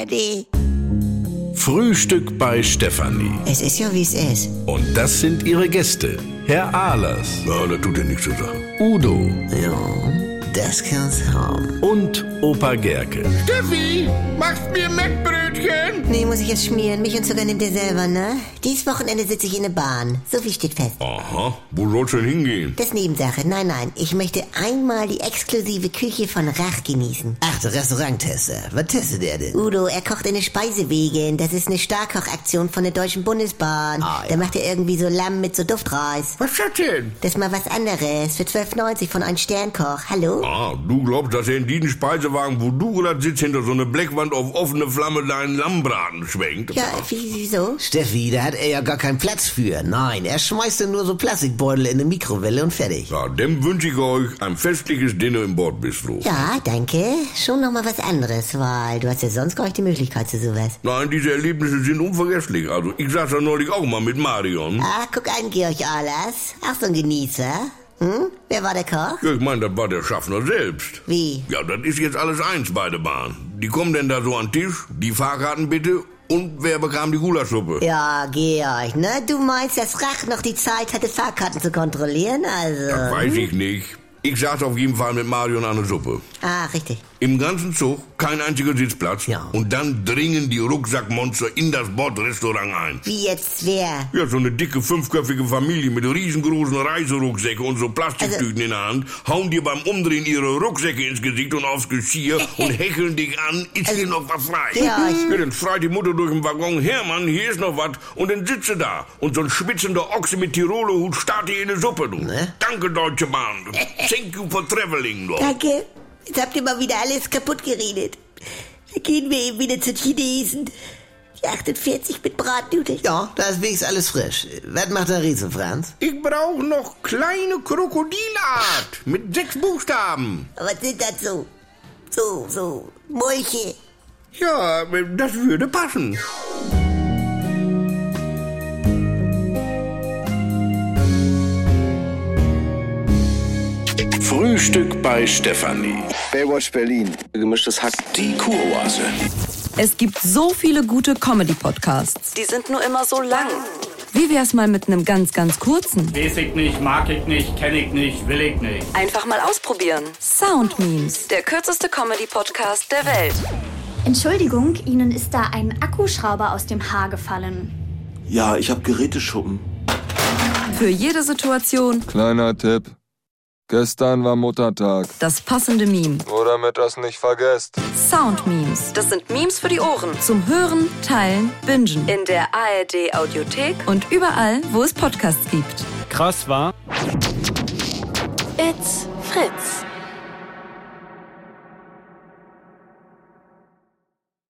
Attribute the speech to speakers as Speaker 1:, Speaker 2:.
Speaker 1: Eddie.
Speaker 2: Frühstück bei Stefanie.
Speaker 1: Es ist ja, wie es ist.
Speaker 2: Und das sind ihre Gäste. Herr Ahlers,
Speaker 3: Ja, das tut dir nichts zu sagen.
Speaker 2: Udo
Speaker 1: Ja, das kann's haben.
Speaker 2: und Opa Gerke.
Speaker 4: Steffi, machst mir Mettbrötchen?
Speaker 1: Nee, muss ich jetzt schmieren. Mich und Zucker nimmt ihr selber, ne? Dies Wochenende sitze ich in der Bahn. So viel steht fest.
Speaker 3: Aha, wo soll's denn hingehen?
Speaker 1: Das ist Nebensache. Nein, nein. Ich möchte einmal die exklusive Küche von Rach genießen.
Speaker 5: Ach, der Restauranttester. Was testet er denn?
Speaker 1: Udo, er kocht in den Speisewegen. Das ist eine Starkochaktion von der Deutschen Bundesbahn.
Speaker 5: Ah, ja.
Speaker 1: Da macht er irgendwie so Lamm mit so Duftreis.
Speaker 4: Was ist das denn?
Speaker 1: Das ist mal was anderes. Für 12,90 von einem Sternkoch. Hallo?
Speaker 3: Ah, du glaubst, dass er in diesem Speisewagen, wo du gerade sitzt, hinter so einer Blechwand auf offene Flamme deinen Lammbraten schwenkt?
Speaker 1: Ja, wie, wieso?
Speaker 5: Steffi, da hat er ja gar keinen Platz für. Nein, er schmeißt denn nur so Plastikbeutel in eine Mikrowelle und fertig.
Speaker 3: Ja, dem wünsche ich euch ein festliches Dinner im Bordbistro.
Speaker 1: Ja, danke. Schon nochmal was anderes, weil du hast ja sonst gar nicht die Möglichkeit zu sowas.
Speaker 3: Nein, diese Erlebnisse sind unvergesslich. Also, ich saß da neulich auch mal mit Marion.
Speaker 1: Ah, guck an, Georg Ahlers. Ach, so ein Genießer. Hm? Wer war der Koch?
Speaker 3: Ja, ich meine, das war der Schaffner selbst.
Speaker 1: Wie?
Speaker 3: Ja, das ist jetzt alles eins bei der Bahn. Die kommen denn da so an den Tisch, die Fahrkarten bitte und wer bekam die Gulaschsuppe?
Speaker 1: Ja, Georg, ne? Du meinst, dass Rach noch die Zeit hatte, Fahrkarten zu kontrollieren? Also.
Speaker 3: Das weiß ich nicht. Ich saß auf jeden Fall mit Marion an der Suppe.
Speaker 1: Ah, richtig.
Speaker 3: Im ganzen Zug kein einziger Sitzplatz.
Speaker 5: Ja.
Speaker 3: Und dann dringen die Rucksackmonster in das Bordrestaurant ein.
Speaker 1: Wie jetzt wer?
Speaker 3: Ja, so eine dicke fünfköpfige Familie mit riesengroßen Reiserucksäcken und so Plastiktüten
Speaker 1: Also
Speaker 3: in der Hand hauen dir beim Umdrehen ihre Rucksäcke ins Gesicht und aufs Geschirr und hecheln dich an, ist hier noch was frei?
Speaker 1: Also Ja, ich-
Speaker 3: ja, dann schreit die Mutter durch den Waggon, Hermann, hier ist noch was und dann sitze da und so ein schwitzender Ochse mit Tiroler Hut starrt dir in die Suppe, du.
Speaker 5: Ne?
Speaker 3: Danke, Deutsche Bahn. Thank you for traveling, du.
Speaker 1: Danke. Jetzt habt ihr mal wieder alles kaputt geredet. Dann gehen wir eben wieder zu Chinesen. Die 48 mit Bratnudeln.
Speaker 5: Ja, da ist wenigstens alles frisch. Was macht der Riese, Franz?
Speaker 3: Ich brauche noch kleine Krokodilart mit sechs Buchstaben.
Speaker 1: Was sind das so? So, so. Molche.
Speaker 3: Ja, das würde passen.
Speaker 2: Frühstück bei Stefanie.
Speaker 6: Baywatch Berlin. Gemischtes Hack.
Speaker 2: Die Kuroase.
Speaker 7: Es gibt so viele gute Comedy-Podcasts.
Speaker 8: Die sind nur immer so lang.
Speaker 7: Wie wär's mal mit einem ganz, ganz kurzen?
Speaker 9: Weiß ich nicht, mag ich nicht, kenne ich nicht, will ich nicht.
Speaker 8: Einfach mal ausprobieren.
Speaker 7: Sound-Memes.
Speaker 8: Der kürzeste Comedy-Podcast der Welt.
Speaker 10: Entschuldigung, Ihnen ist da ein Akkuschrauber aus dem Haar gefallen.
Speaker 6: Ja, ich hab Geräteschuppen.
Speaker 7: Für jede Situation
Speaker 11: Kleiner Tipp. Gestern war Muttertag.
Speaker 7: das passende Meme.
Speaker 11: Nur damit das nicht vergesst.
Speaker 7: Sound-Memes.
Speaker 8: Das sind Memes für die Ohren.
Speaker 7: Zum Hören, Teilen, Bingen.
Speaker 8: In der ARD-Audiothek.
Speaker 7: Und überall, wo es Podcasts gibt.
Speaker 9: Krass war.
Speaker 8: It's Fritz.